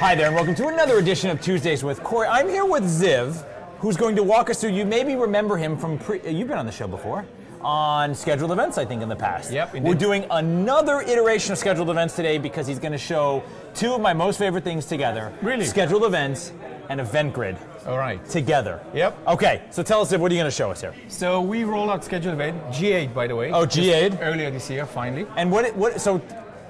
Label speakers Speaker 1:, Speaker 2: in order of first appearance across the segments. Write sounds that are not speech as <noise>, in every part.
Speaker 1: Hi there, and welcome to another edition of Tuesdays with Corey. I'm here with Ziv, who's going to walk us through. You maybe remember him from pre. uh, You've been on the show before. On scheduled events, I think, in the past.
Speaker 2: Yep, we
Speaker 1: We're
Speaker 2: did.
Speaker 1: doing another iteration of scheduled events today because he's going to show two of my most favorite things together
Speaker 2: Really?
Speaker 1: scheduled events and event grid
Speaker 2: All right.
Speaker 1: together.
Speaker 2: Yep.
Speaker 1: Okay, so tell us, Ziv, what are you going to show us here?
Speaker 2: So we rolled out schedule event G8 by the way.
Speaker 1: Oh,
Speaker 2: Just er
Speaker 1: G8?
Speaker 2: Earlier this year, finally.
Speaker 1: And what, it- what so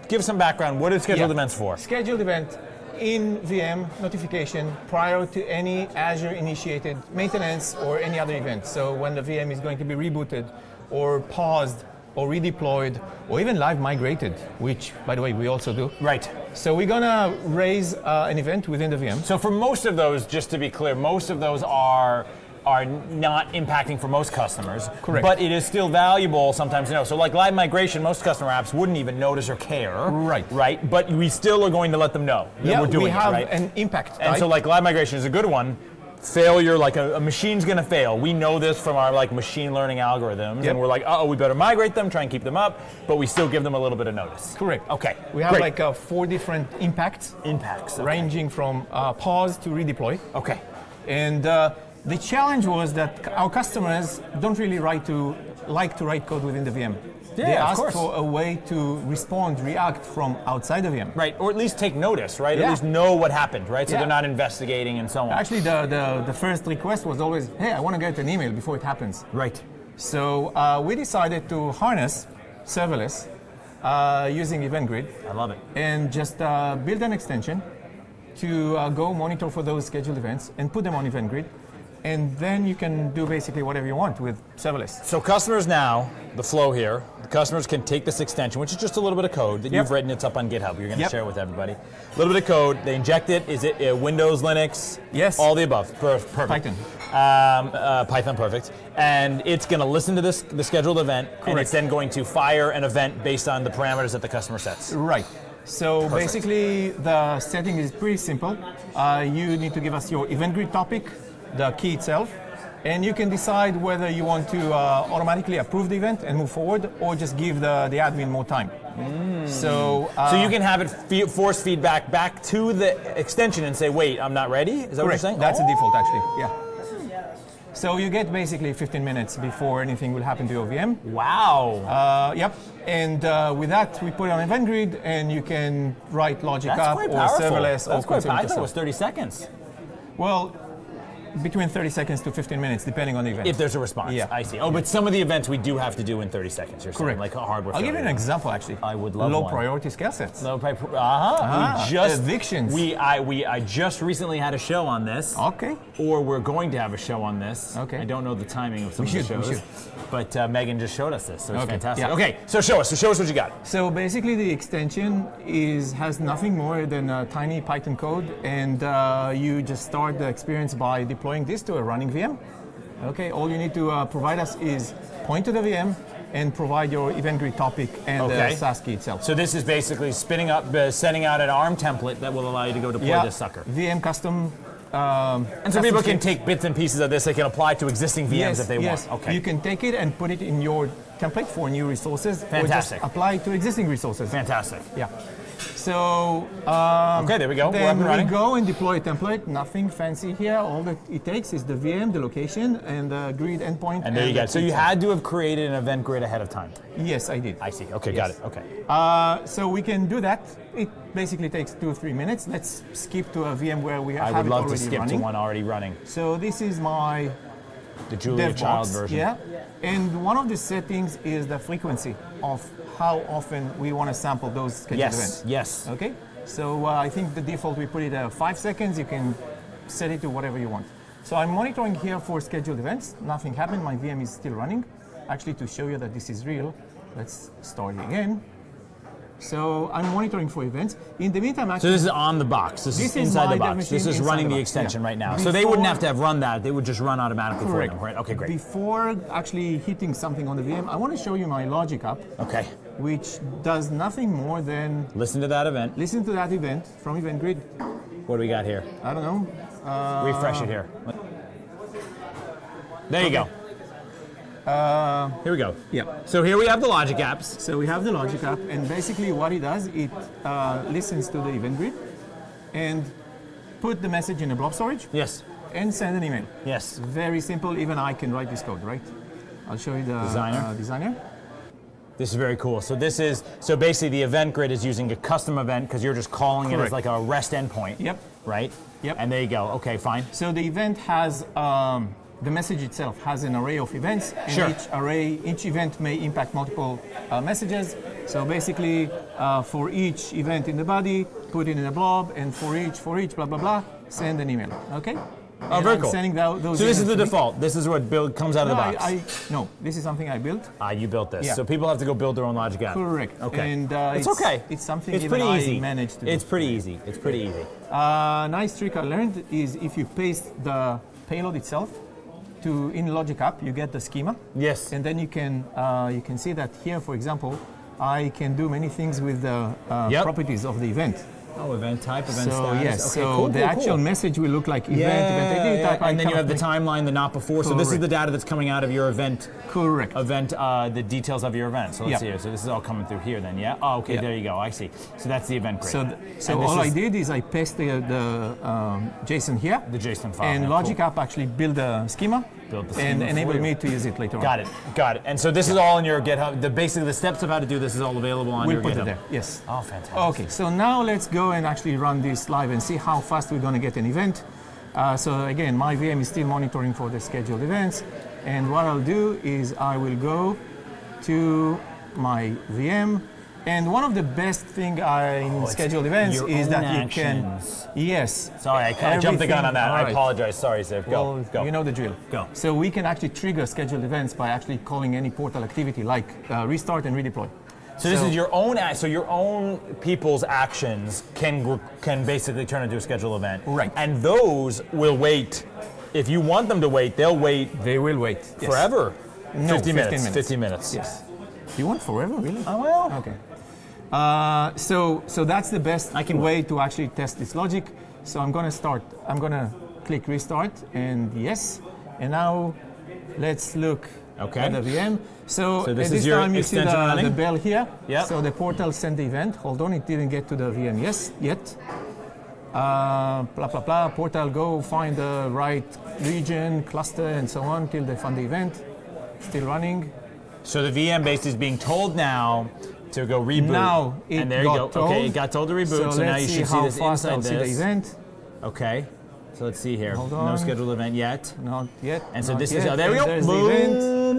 Speaker 1: give some background. What are scheduled
Speaker 2: Yeah.
Speaker 1: events for?
Speaker 2: Scheduled event in VM notification prior to any Azure initiated maintenance or any other event. So when the VM is going to be rebooted or paused or redeployed or even live migrated, which by the way we also do.
Speaker 1: Right.
Speaker 2: So we're gonna raise uh, an event within the VM.
Speaker 1: So for most of those, just to be clear, most of those are are not impacting for most customers.
Speaker 2: Correct.
Speaker 1: But it is still valuable sometimes to know. So like live migration, most customer apps wouldn't even notice or care.
Speaker 2: Right.
Speaker 1: Right. But we still are going to let them know that
Speaker 2: yeah,
Speaker 1: we're doing
Speaker 2: we have
Speaker 1: it. Right.
Speaker 2: an impact.
Speaker 1: and
Speaker 2: type.
Speaker 1: so like live migration is a good one. Failure, like a, a machine's gonna fail. We know this from our like machine learning algorithms,
Speaker 2: Yep.
Speaker 1: and we're like, uh oh, we better migrate them, try and keep them up, but we still give them a little bit of notice.
Speaker 2: Correct.
Speaker 1: Okay.
Speaker 2: We have
Speaker 1: great.
Speaker 2: like uh, four different impacts,
Speaker 1: impacts. Okay.
Speaker 2: ranging from uh, pause to redeploy.
Speaker 1: Okay.
Speaker 2: And uh, the challenge was that c- our customers don't really write to like to write code within the VM. they
Speaker 1: of
Speaker 2: ask
Speaker 1: course.
Speaker 2: for a way to respond, react from outside the VM.
Speaker 1: Right, or at least take notice, right? At
Speaker 2: Yeah.
Speaker 1: least know what happened, right? So
Speaker 2: Yeah.
Speaker 1: they're not investigating and so on.
Speaker 2: Actually, the, the, the first request was always, hey, I want to get an email before it happens.
Speaker 1: right.
Speaker 2: So uh, we decided to harness serverless uh, using Event Grid
Speaker 1: I love it.
Speaker 2: and just uh, build an extension to uh, go monitor for those scheduled events and put them on Event Grid. And then you can do basically whatever you want with serverless.
Speaker 1: So customers now, the flow here, the customers can take this extension, which is just a little bit of code that
Speaker 2: Yep.
Speaker 1: you've written. It's up on GitHub. You're going to
Speaker 2: Yep.
Speaker 1: share it with everybody. A little bit of code. They inject it. Is it uh, Windows, Linux?
Speaker 2: Yes.
Speaker 1: All the above. Per- Perfect.
Speaker 2: Python.
Speaker 1: Um, uh, Python, perfect. And it's going to listen to this the scheduled event, and
Speaker 2: Correct.
Speaker 1: it's then going to fire an event based on the parameters that the customer sets.
Speaker 2: Right. So basically, the setting is pretty simple. Uh, you need to give us your event grid topic, the key itself, and you can decide whether you want to uh, automatically approve the event and move forward, or just give the, the admin more time. So, uh,
Speaker 1: So you can have it fe- force feedback back to the extension and say, "Wait, I'm not ready." Is that what you're
Speaker 2: correct.
Speaker 1: saying?
Speaker 2: That's
Speaker 1: oh.
Speaker 2: the default, actually. Yeah. So you get basically 15 minutes before anything will happen to your VM.
Speaker 1: Oh, Wow.
Speaker 2: Uh, yep. And uh, with that, we put it on event grid, and you can write logic
Speaker 1: That's
Speaker 2: up
Speaker 1: quite
Speaker 2: or
Speaker 1: powerful. That's
Speaker 2: serverless or
Speaker 1: quite powerful.
Speaker 2: consume
Speaker 1: I thought it
Speaker 2: yourself.
Speaker 1: was 30 seconds.
Speaker 2: Well, between 30 seconds to 15 minutes, depending on the event.
Speaker 1: If there's a response.
Speaker 2: Yeah.
Speaker 1: I see. Oh, but some of the events we do have to do in 30 seconds. You're saying, like a hardware.
Speaker 2: I'll give you an
Speaker 1: failure.
Speaker 2: example, actually.
Speaker 1: I would love
Speaker 2: Low
Speaker 1: one.
Speaker 2: priority skill sets.
Speaker 1: Low pri- uh-huh. We just
Speaker 2: Ah, evictions.
Speaker 1: We I we I just recently had a show on this.
Speaker 2: Okay.
Speaker 1: Or we're going to have a show on this.
Speaker 2: Okay.
Speaker 1: I don't know the timing of some
Speaker 2: We
Speaker 1: of the
Speaker 2: should, we
Speaker 1: shows.
Speaker 2: should.
Speaker 1: But uh, Megan just showed us this, so it's
Speaker 2: Okay,
Speaker 1: fantastic.
Speaker 2: yeah.
Speaker 1: Okay, so show us. So show us what you got.
Speaker 2: So basically, the extension is has nothing more than a tiny Python code, and uh, you just start the experience by deploying this to a running VM. Okay, all you need to uh, provide us is point to the VM and provide your event grid topic and
Speaker 1: Okay.
Speaker 2: the SAS key itself.
Speaker 1: So this is basically spinning up, uh, sending out an ARM template that will allow you to go deploy this sucker.
Speaker 2: VM custom. Um,
Speaker 1: And so people can take bits and pieces of this. They can apply to existing VMs
Speaker 2: yes,
Speaker 1: if they
Speaker 2: yes.
Speaker 1: want. Okay.
Speaker 2: You can take it and put it in your template for new resources. Or
Speaker 1: Fantastic.
Speaker 2: just apply to existing resources.
Speaker 1: Fantastic.
Speaker 2: Yeah. So um,
Speaker 1: Okay, there we go. We're up
Speaker 2: Then
Speaker 1: and
Speaker 2: we
Speaker 1: running.
Speaker 2: go and deploy a template. Nothing fancy here. All that it takes is the VM, the location, and the grid endpoint.
Speaker 1: And there you
Speaker 2: the
Speaker 1: go. So you
Speaker 2: pizza.
Speaker 1: had to have created an event grid ahead of time.
Speaker 2: Yes, I did.
Speaker 1: I see. Okay, got it. Okay.
Speaker 2: Uh, so we can do that. It basically takes two or three minutes. Let's skip to a VM where we
Speaker 1: I
Speaker 2: have
Speaker 1: would
Speaker 2: it
Speaker 1: love
Speaker 2: already
Speaker 1: to skip
Speaker 2: running.
Speaker 1: to one already running.
Speaker 2: So this is my
Speaker 1: The Julia
Speaker 2: DevOps,
Speaker 1: Child version.
Speaker 2: Yeah. And one of the settings is the frequency of how often we want to sample those scheduled
Speaker 1: Yes.
Speaker 2: events.
Speaker 1: Yes.
Speaker 2: Okay. So uh, I think the default we put it at five seconds. You can set it to whatever you want. So I'm monitoring here for scheduled events. Nothing happened. My VM is still running. Actually, to show you that this is real, let's start it again. So I'm monitoring for events. In the meantime,
Speaker 1: So
Speaker 2: actually,
Speaker 1: this is on the box. This,
Speaker 2: This
Speaker 1: is
Speaker 2: is
Speaker 1: inside
Speaker 2: my
Speaker 1: the box.
Speaker 2: dev
Speaker 1: This
Speaker 2: machine
Speaker 1: is
Speaker 2: inside
Speaker 1: running
Speaker 2: the
Speaker 1: the,
Speaker 2: box,
Speaker 1: extension
Speaker 2: yeah.
Speaker 1: right now. so they wouldn't
Speaker 2: Before-
Speaker 1: have to have run that. They would just run automatically
Speaker 2: Correct.
Speaker 1: for them, right? Okay, great.
Speaker 2: Before actually hitting something on the VM, I want to show you my logic app,
Speaker 1: okay.
Speaker 2: which does nothing more than
Speaker 1: Listen to that event.
Speaker 2: listen to that event from Event Grid.
Speaker 1: What do we got here?
Speaker 2: I don't know.
Speaker 1: Refresh it
Speaker 2: Um,
Speaker 1: here. There you go.
Speaker 2: Uh,
Speaker 1: here we go.
Speaker 2: Yeah.
Speaker 1: So here we have the logic apps.
Speaker 2: So we have the logic app, and basically what it does, it uh, listens to the event grid and put the message in a blob storage,
Speaker 1: Yes.
Speaker 2: and send an email.
Speaker 1: Yes.
Speaker 2: Very simple. Even I can write this code, right? I'll show you the
Speaker 1: Designer.
Speaker 2: Uh, designer.
Speaker 1: This is very cool. So this is so basically the event grid is using a custom event because you're just calling it as
Speaker 2: Correct.
Speaker 1: like a REST endpoint.
Speaker 2: Yep.
Speaker 1: Right.
Speaker 2: Yep.
Speaker 1: And there you go. Okay, fine.
Speaker 2: So the event has um, the message itself has an array of events. and
Speaker 1: Sure.
Speaker 2: Each array, each event may impact multiple uh, messages. So basically, uh, for each event in the body, put it in a blob, and for each, for each, blah blah blah, send an email. Okay.
Speaker 1: Oh, very
Speaker 2: I'm
Speaker 1: cool.
Speaker 2: sending tho- those
Speaker 1: so this is
Speaker 2: emails
Speaker 1: the
Speaker 2: to me.
Speaker 1: default. This is what build comes out of
Speaker 2: No,
Speaker 1: the box.
Speaker 2: I, I, no, this is something I built.
Speaker 1: ah, you built this.
Speaker 2: Yeah.
Speaker 1: So people have to go build their own logic app.
Speaker 2: Correct.
Speaker 1: Okay.
Speaker 2: And uh,
Speaker 1: it's, okay.
Speaker 2: It's something
Speaker 1: It's
Speaker 2: even
Speaker 1: pretty
Speaker 2: I
Speaker 1: easy.
Speaker 2: managed to do.
Speaker 1: it's pretty easy. It's pretty easy.
Speaker 2: A Uh, nice trick I learned is if you paste the payload itself to in Logic App, you get the schema,
Speaker 1: Yes.
Speaker 2: and then you can uh, you can see that here, for example, I can do many things with the uh,
Speaker 1: Yep.
Speaker 2: properties of the event.
Speaker 1: Oh, event type, event
Speaker 2: So
Speaker 1: status.
Speaker 2: yes,
Speaker 1: Okay,
Speaker 2: so
Speaker 1: cool,
Speaker 2: the
Speaker 1: cool,
Speaker 2: actual
Speaker 1: cool.
Speaker 2: message will look like event, event
Speaker 1: yeah,
Speaker 2: ID,
Speaker 1: yeah.
Speaker 2: type
Speaker 1: and then
Speaker 2: icon
Speaker 1: you have the
Speaker 2: of
Speaker 1: timeline, the not before. So this is
Speaker 2: Correct.
Speaker 1: the data that's coming out of your event,
Speaker 2: Correct.
Speaker 1: event, uh, the details of your event. So let's
Speaker 2: Yeah.
Speaker 1: see here. So this is all coming through here, then, yeah. Oh, okay,
Speaker 2: Yeah.
Speaker 1: there you go. I see. So that's the event grid.
Speaker 2: So, th- so
Speaker 1: And this
Speaker 2: all I
Speaker 1: is
Speaker 2: did is I pasted the, the um, JSON here.
Speaker 1: the JSON file.
Speaker 2: and
Speaker 1: Yeah,
Speaker 2: Logic
Speaker 1: cool.
Speaker 2: App actually built the schema
Speaker 1: Built the
Speaker 2: and
Speaker 1: schema for
Speaker 2: enabled
Speaker 1: you.
Speaker 2: me to use it later on.
Speaker 1: Got it. Got it. And so this is all in your GitHub. The basically the steps of how to do this is all available on
Speaker 2: We'll
Speaker 1: your
Speaker 2: put
Speaker 1: GitHub.
Speaker 2: it there. Yes.
Speaker 1: Oh, fantastic.
Speaker 2: Okay, so now let's go and actually run this live and see how fast we're going to get an event. Uh, so again, my VM is still monitoring for the scheduled events, and what I'll do is I will go to my VM. And one of the best thing uh, in
Speaker 1: Oh, it's
Speaker 2: scheduled events
Speaker 1: your
Speaker 2: is
Speaker 1: own
Speaker 2: that
Speaker 1: actions.
Speaker 2: you can yes.
Speaker 1: Sorry, I, I jumped the gun on that.
Speaker 2: Everything- all
Speaker 1: I
Speaker 2: right.
Speaker 1: apologize. Sorry, Ziv. Go.
Speaker 2: Well,
Speaker 1: go.
Speaker 2: You know the drill.
Speaker 1: Go.
Speaker 2: So we can actually trigger scheduled events by actually calling any portal activity like uh, restart and redeploy.
Speaker 1: so this is your own. act- So your own people's actions can gr- can basically turn into a scheduled event.
Speaker 2: Right.
Speaker 1: And those will wait. If you want them to wait, they'll wait
Speaker 2: They will wait Yes.
Speaker 1: forever.
Speaker 2: No,
Speaker 1: 50 minutes.
Speaker 2: 15 minutes.
Speaker 1: 50 minutes.
Speaker 2: Yes. You want forever, really?
Speaker 1: Oh, well.
Speaker 2: Okay. Uh, so so that's the best
Speaker 1: I can
Speaker 2: way to actually test this logic. So I'm gonna start. I'm gonna click restart and yes. And now let's look
Speaker 1: Okay.
Speaker 2: at the VM. So,
Speaker 1: So this
Speaker 2: at
Speaker 1: is
Speaker 2: this
Speaker 1: your
Speaker 2: time you see
Speaker 1: extension
Speaker 2: the,
Speaker 1: running?
Speaker 2: the bell here.
Speaker 1: Yep.
Speaker 2: So the portal sent the event. Hold on, it didn't get to the VM yes yet. Uh, blah blah blah. Portal go find the right region, cluster, and so on till they find the event. Still running.
Speaker 1: So the VM base is being told now to go reboot.
Speaker 2: Now it
Speaker 1: and there you go.
Speaker 2: got told.
Speaker 1: Okay, it got told to reboot. So,
Speaker 2: So,
Speaker 1: now
Speaker 2: let's
Speaker 1: you
Speaker 2: see
Speaker 1: should see
Speaker 2: how
Speaker 1: this
Speaker 2: fast I'll
Speaker 1: inside
Speaker 2: see the
Speaker 1: this.
Speaker 2: event.
Speaker 1: Okay. So let's see here.
Speaker 2: Hold
Speaker 1: No
Speaker 2: on.
Speaker 1: scheduled event yet.
Speaker 2: Not yet.
Speaker 1: And so
Speaker 2: not
Speaker 1: this is
Speaker 2: yet.
Speaker 1: oh, there we
Speaker 2: And
Speaker 1: go.
Speaker 2: there's the event.
Speaker 1: Boom.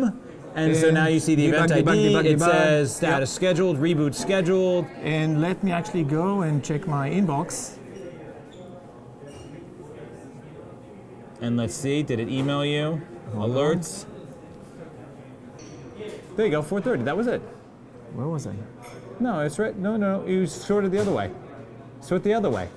Speaker 1: and so
Speaker 2: And
Speaker 1: now you see the
Speaker 2: debug,
Speaker 1: event ID.
Speaker 2: debug, debug,
Speaker 1: it
Speaker 2: debug.
Speaker 1: says
Speaker 2: Yep.
Speaker 1: status scheduled, reboot scheduled.
Speaker 2: And let me actually go and check my inbox.
Speaker 1: And let's see, did it email you?
Speaker 2: Hold
Speaker 1: Alerts. There you go, 4:30. That was it.
Speaker 2: Where was I?
Speaker 1: No, it's right. No, no, you sorted the other way. Sort the other way.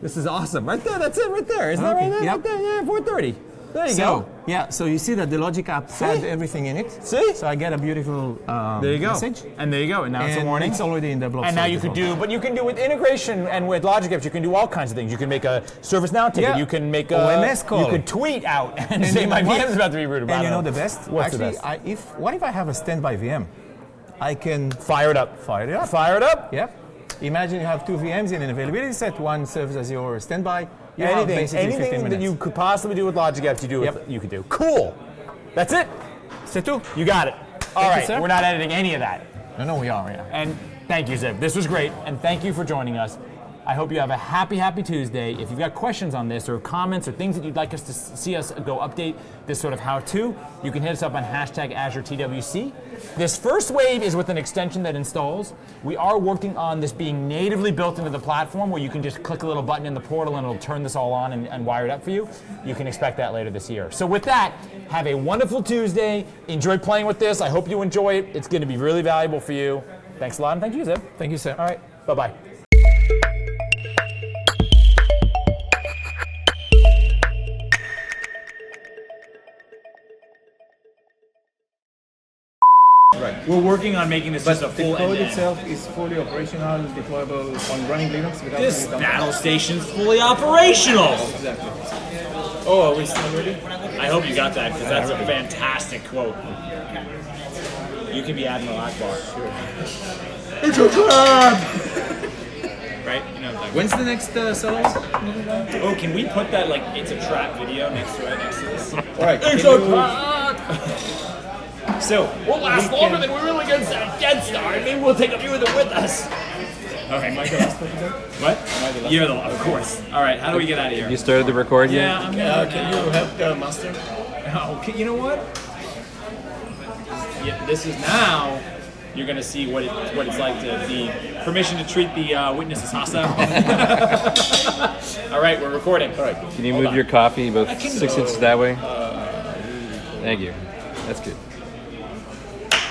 Speaker 1: This is awesome. Right there. That's it. Right there. Isn't that
Speaker 2: Okay,
Speaker 1: right there?
Speaker 2: yep.
Speaker 1: Right there. Yeah, 4:30. There you
Speaker 2: so
Speaker 1: go.
Speaker 2: yeah, so you see that the Logic app had
Speaker 1: See?
Speaker 2: everything in it.
Speaker 1: See?
Speaker 2: So I get a beautiful um,
Speaker 1: There you go.
Speaker 2: message.
Speaker 1: And there you go. And now it's a
Speaker 2: And
Speaker 1: warning.
Speaker 2: It's already in the block.
Speaker 1: And now
Speaker 2: storage
Speaker 1: you could
Speaker 2: as
Speaker 1: <laughs>
Speaker 2: well.
Speaker 1: do, but you can do with integration and with Logic Apps, you can do all kinds of things. You can make a ServiceNow ticket.
Speaker 2: Yeah.
Speaker 1: You can make a
Speaker 2: OMS call.
Speaker 1: You could tweet out <laughs> and,
Speaker 2: And
Speaker 1: say
Speaker 2: you
Speaker 1: my
Speaker 2: know what?
Speaker 1: VM's about to be routed. I
Speaker 2: And you know
Speaker 1: don't
Speaker 2: the best?
Speaker 1: What's
Speaker 2: actually,
Speaker 1: the best?
Speaker 2: I, if what if I have a standby VM? I can
Speaker 1: Fire it up.
Speaker 2: fire it up.
Speaker 1: Fire it up.
Speaker 2: Yeah. Imagine you have two VMs in an availability set. One serves as your standby. You have
Speaker 1: anything,
Speaker 2: basically 15
Speaker 1: anything that
Speaker 2: minutes.
Speaker 1: you could possibly do with Logic Apps, you do. with-
Speaker 2: Yep.
Speaker 1: You could do. Cool. That's it.
Speaker 2: C'est tout.
Speaker 1: You got it. All
Speaker 2: you,
Speaker 1: right.
Speaker 2: sir.
Speaker 1: We're not editing any of that.
Speaker 2: No, no, we are. Yeah.
Speaker 1: And thank you, Zip. This was great, and thank you for joining us. I hope you have a happy, happy Tuesday. If you've got questions on this, or comments, or things that you'd like us to s- see us go update this sort of how-to, you can hit us up on hashtag AzureTWC. This first wave is with an extension that installs. We are working on this being natively built into the platform, where you can just click a little button in the portal and it'll turn this all on and, and wire it up for you. You can expect that later this year. So with that, have a wonderful Tuesday. Enjoy playing with this. I hope you enjoy it. It's going to be really valuable for you. Thanks a lot, and thank you, Zeb.
Speaker 2: Thank you, sir.
Speaker 1: All right, bye bye. We're working on making this just a full
Speaker 2: The code
Speaker 1: end-to-end.
Speaker 2: itself is fully operational, deployable on running Linux without
Speaker 1: This
Speaker 2: any downtime.
Speaker 1: battle station's fully operational.
Speaker 2: Exactly. Oh, are we still ready?
Speaker 1: I hope you got that because that's a fantastic quote. You can be Admiral Akbar. It's a trap! right? You know what I'm talking about.
Speaker 2: When's the next uh, sellout?
Speaker 1: Oh, can we put that like it's a trap video next to it next to this?
Speaker 2: All right.
Speaker 1: It's
Speaker 2: can
Speaker 1: a
Speaker 2: you-
Speaker 1: trap.
Speaker 2: So
Speaker 1: We'll last
Speaker 2: we
Speaker 1: longer
Speaker 2: can-
Speaker 1: than we're really good at Dead Star, and maybe we'll take a few of them with us. Okay, Michael. What? You're the of course. All right, how do we get out of here?
Speaker 3: You started the record
Speaker 1: Yeah, I'm gonna.
Speaker 2: Uh, can you help the master?
Speaker 1: Oh, okay, you know what? Yeah, this is now. You're gonna see what it, what it's like to be permission to treat the uh, witness as
Speaker 3: <laughs>
Speaker 1: hostile. <laughs> All right, we're recording. All right.
Speaker 3: Can you move your coffee about six inches that way? Thank you. That's good.